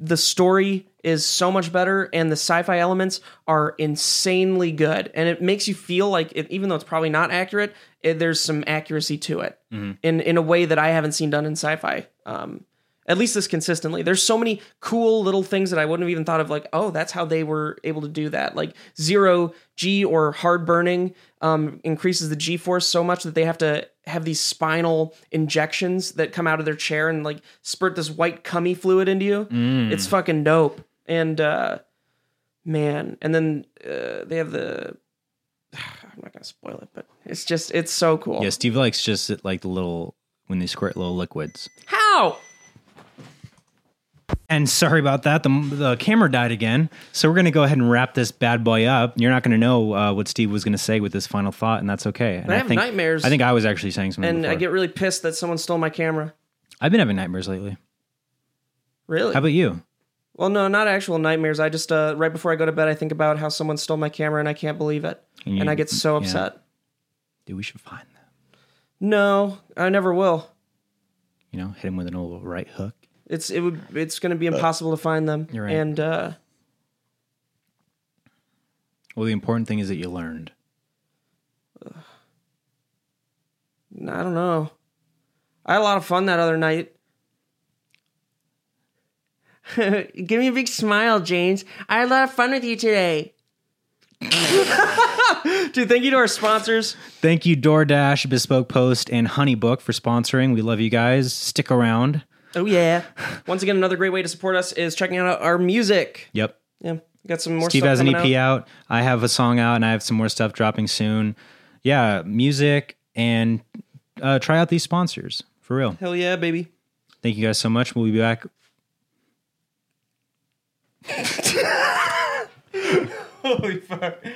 the story is so much better, and the sci-fi elements are insanely good, and it makes you feel like it, even though it's probably not accurate, it, there's some accuracy to it in in a way that I haven't seen done in sci-fi. Um, at least this consistently. There's so many cool little things that I wouldn't have even thought of, like, oh, that's how they were able to do that. Like zero G or hard burning um, increases the G force so much that they have to have these spinal injections that come out of their chair and like spurt this white cummy fluid into you. It's fucking dope. And uh, man, and then uh, they have the. I'm not gonna spoil it, but it's just it's so cool. Yeah, Steve likes just it, like the little when they squirt little liquids. How? And sorry about that. The, the camera died again. So we're going to go ahead and wrap this bad boy up. You're not going to know uh, what Steve was going to say with this final thought, and that's okay. And I have nightmares. I think I was actually saying something. And I before. get really pissed that someone stole my camera. I've been having nightmares lately. Really? How about you? Well, no, not actual nightmares. I just uh, right before I go to bed, I think about how someone stole my camera and I can't believe it, And you- and I get so yeah. upset. Dude, we should find them. No, I never will. You know, hit him with an old right hook. It's it would it's going to be impossible to find them. You're right. And uh, Well, the important thing is that you learned. I don't know. I had a lot of fun that other night. Give me a big smile, James. I had a lot of fun with you today. Dude, thank you to our sponsors. Thank you, DoorDash, Bespoke Post, and Honeybook for sponsoring. We love you guys. Stick around. Oh yeah. Once again, another great way to support us is checking out our music. Yep. Yeah, we got some more. Steve stuff has an coming EP out. I have a song out, and I have some more stuff dropping soon. Yeah, music and uh, try out these sponsors for real. Hell yeah, baby. Thank you guys so much. We'll be back. Holy fuck.